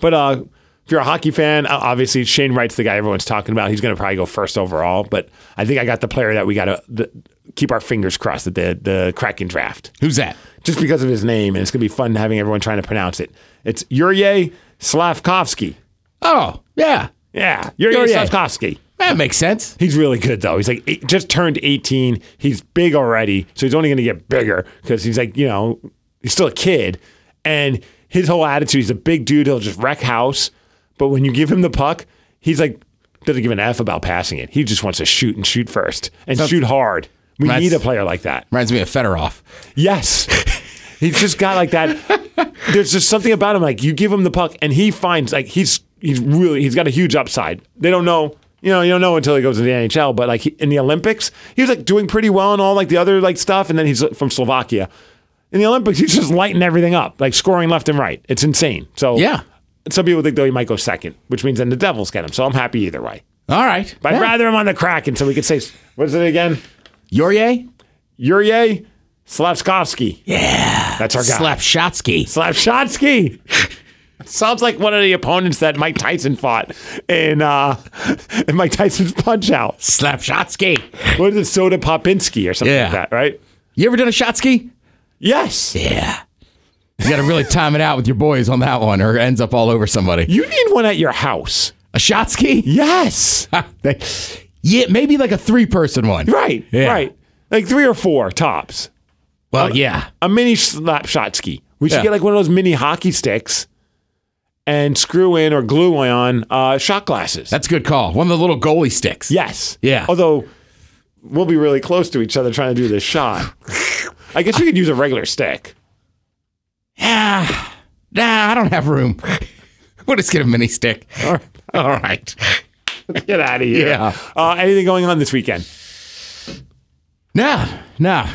S2: But uh, if you're a hockey fan, uh, obviously Shane Wright's the guy everyone's talking about. He's going to probably go first overall. But I think I got the player that we got to the, keep our fingers crossed at the the Kraken draft,
S3: who's that?
S2: just because of his name, and it's going to be fun having everyone trying to pronounce it. It's Yuriy Slavkovsky.
S3: Oh, yeah,
S2: Yeah, Yuriy
S3: Yuriy.
S2: Slavkovsky.
S3: that makes sense.
S2: He's really good though. He's like eight, just turned 18. He's big already, so he's only going to get bigger because he's like you know he's still a kid, and his whole attitude. He's a big dude. He'll just wreck house, but when you give him the puck, he's like doesn't give an f about passing it. He just wants to shoot and shoot first and
S3: Sounds-
S2: shoot hard. We
S3: That's-
S2: need a player like that.
S3: Reminds me of Fedorov.
S2: Yes. *laughs* He's just got like that. There's just something about him. Like you give him the puck, and he finds like he's he's really he's got a huge upside. They don't know, you know, you don't know until he goes to the NHL. But like he, in the Olympics, he was like doing pretty well and all like the other like stuff. And then he's uh, from Slovakia. In the Olympics, he's just lighting everything up, like scoring left and right. It's insane. So
S3: Yeah.
S2: some people think though he might go second, which means then the Devils get him. So I'm happy either way.
S3: All right,
S2: But I'd rather him on the Kraken, so we could say what is it again?
S3: Yorye
S2: Yuriy Slavkovsky. Yeah, that's our guy.
S3: Slapshotsky.
S2: Slapshotsky. Sounds like one of the opponents that Mike Tyson fought in uh, in Mike Tyson's Punch Out.
S3: Slapshotsky.
S2: What is it, Soda Popinski or something
S3: Yeah.
S2: like that, right?
S3: You ever done a shot ski?
S2: Yes.
S3: Yeah. You got to *laughs* really time it out with your boys on that one, or it ends up all over somebody. *laughs*
S2: You need one at your house.
S3: A shot ski?
S2: Yes.
S3: They- Yeah, maybe like a three person one.
S2: Right. Right. Like three or four tops.
S3: Well, yeah.
S2: A mini slap shot ski. We should
S3: Yeah.
S2: get like one of those mini hockey sticks and screw in or glue on uh, shot glasses.
S3: That's a good call. One of the little goalie sticks.
S2: Yes.
S3: Yeah.
S2: Although we'll be really close to each other trying to do this shot. I guess we could use a regular stick.
S3: Yeah. Ah, Nah, I don't have room. *laughs* we'll just get a mini stick. All right. All right.
S2: *laughs* Get out of here.
S3: Yeah.
S2: Uh, anything going on this weekend?
S3: No, no.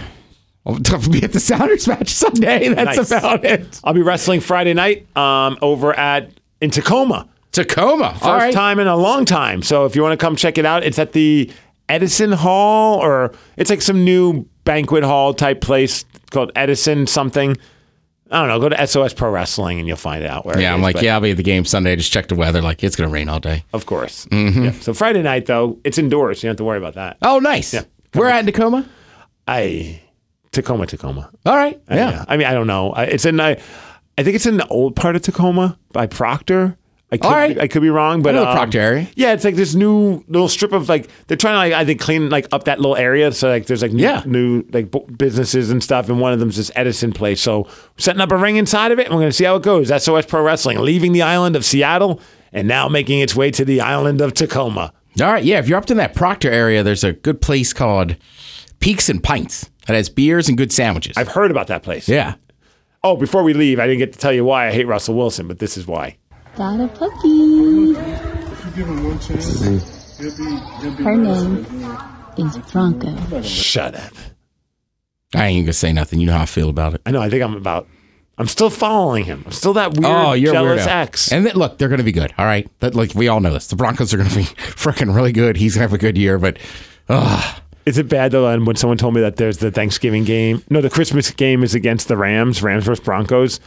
S3: I'll *laughs* be at the Sounders match Sunday. That's
S2: Nice.
S3: about it.
S2: I'll be wrestling Friday night um, over at in Tacoma.
S3: Tacoma.
S2: First time in a long time. So if you want to come check it out, it's at the Edison Hall or it's like some new banquet hall type place called Edison something. I don't know. Go to SOS Pro Wrestling and you'll find out where. it
S3: Yeah, I'm
S2: is,
S3: like,
S2: but-
S3: yeah, I'll be at the game Sunday. Just check the weather. Like, it's going to rain all day.
S2: Of course.
S3: mm-hmm.
S2: Yeah. So Friday night though, it's indoors. You don't have to worry about that.
S3: Oh, nice. We're at in Tacoma.
S2: I Tacoma, Tacoma.
S3: All right.
S2: I-
S3: yeah.
S2: I mean, I don't know. I- It's in I, I think it's in the old part of Tacoma by Proctor. I could,
S3: All right.
S2: I could be wrong, but
S3: I know the
S2: um,
S3: Proctor area.
S2: Yeah, it's like this new little strip of like they're trying to like I think clean like up that little area. So like there's like new,
S3: Yeah.
S2: new like bu- businesses and stuff, and one of them's this Edison place. So setting up a ring inside of it, and we're gonna see how it goes. SOS Pro Wrestling leaving the island of Seattle and now making its way to the island of Tacoma.
S3: All right. Yeah. If you're up in that Proctor area, there's a good place called Peaks and Pints that has beers and good sandwiches.
S2: I've heard about that place.
S3: yeah.
S2: Oh, before we leave, I didn't get to tell you why I hate Russell Wilson, but this is why.
S12: Got a puppy. Her name is Bronco.
S2: Shut up.
S3: I ain't going to say nothing. You know how I feel about it.
S2: I know. I think I'm about. I'm still following him. I'm still that weird,
S3: oh, you're a
S2: jealous
S3: weirdo.
S2: ex.
S3: And th- look, they're going to be good. All right. That, like, we all know this. The Broncos are going to be *laughs* freaking really good. He's going to have a good year, but ugh.
S2: is it bad though? And when someone told me that there's the Thanksgiving game, no, the Christmas game is against the Rams, Rams versus Broncos.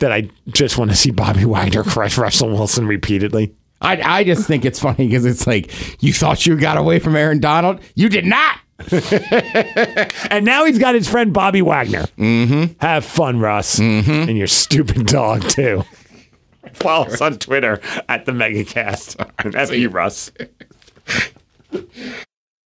S2: That I just want to see Bobby *laughs* Wagner crush Russell Wilson repeatedly.
S3: I, I just think it's funny because it's like, you thought you got away from Aaron Donald. You did not.
S2: And now he's got his friend Bobby Wagner. Mm-hmm. Have fun, Russ,
S3: Mm-hmm.
S2: and your stupid dog too. *laughs* Follow
S3: *laughs*
S2: us on Twitter at the MegaCast. That's you, Russ.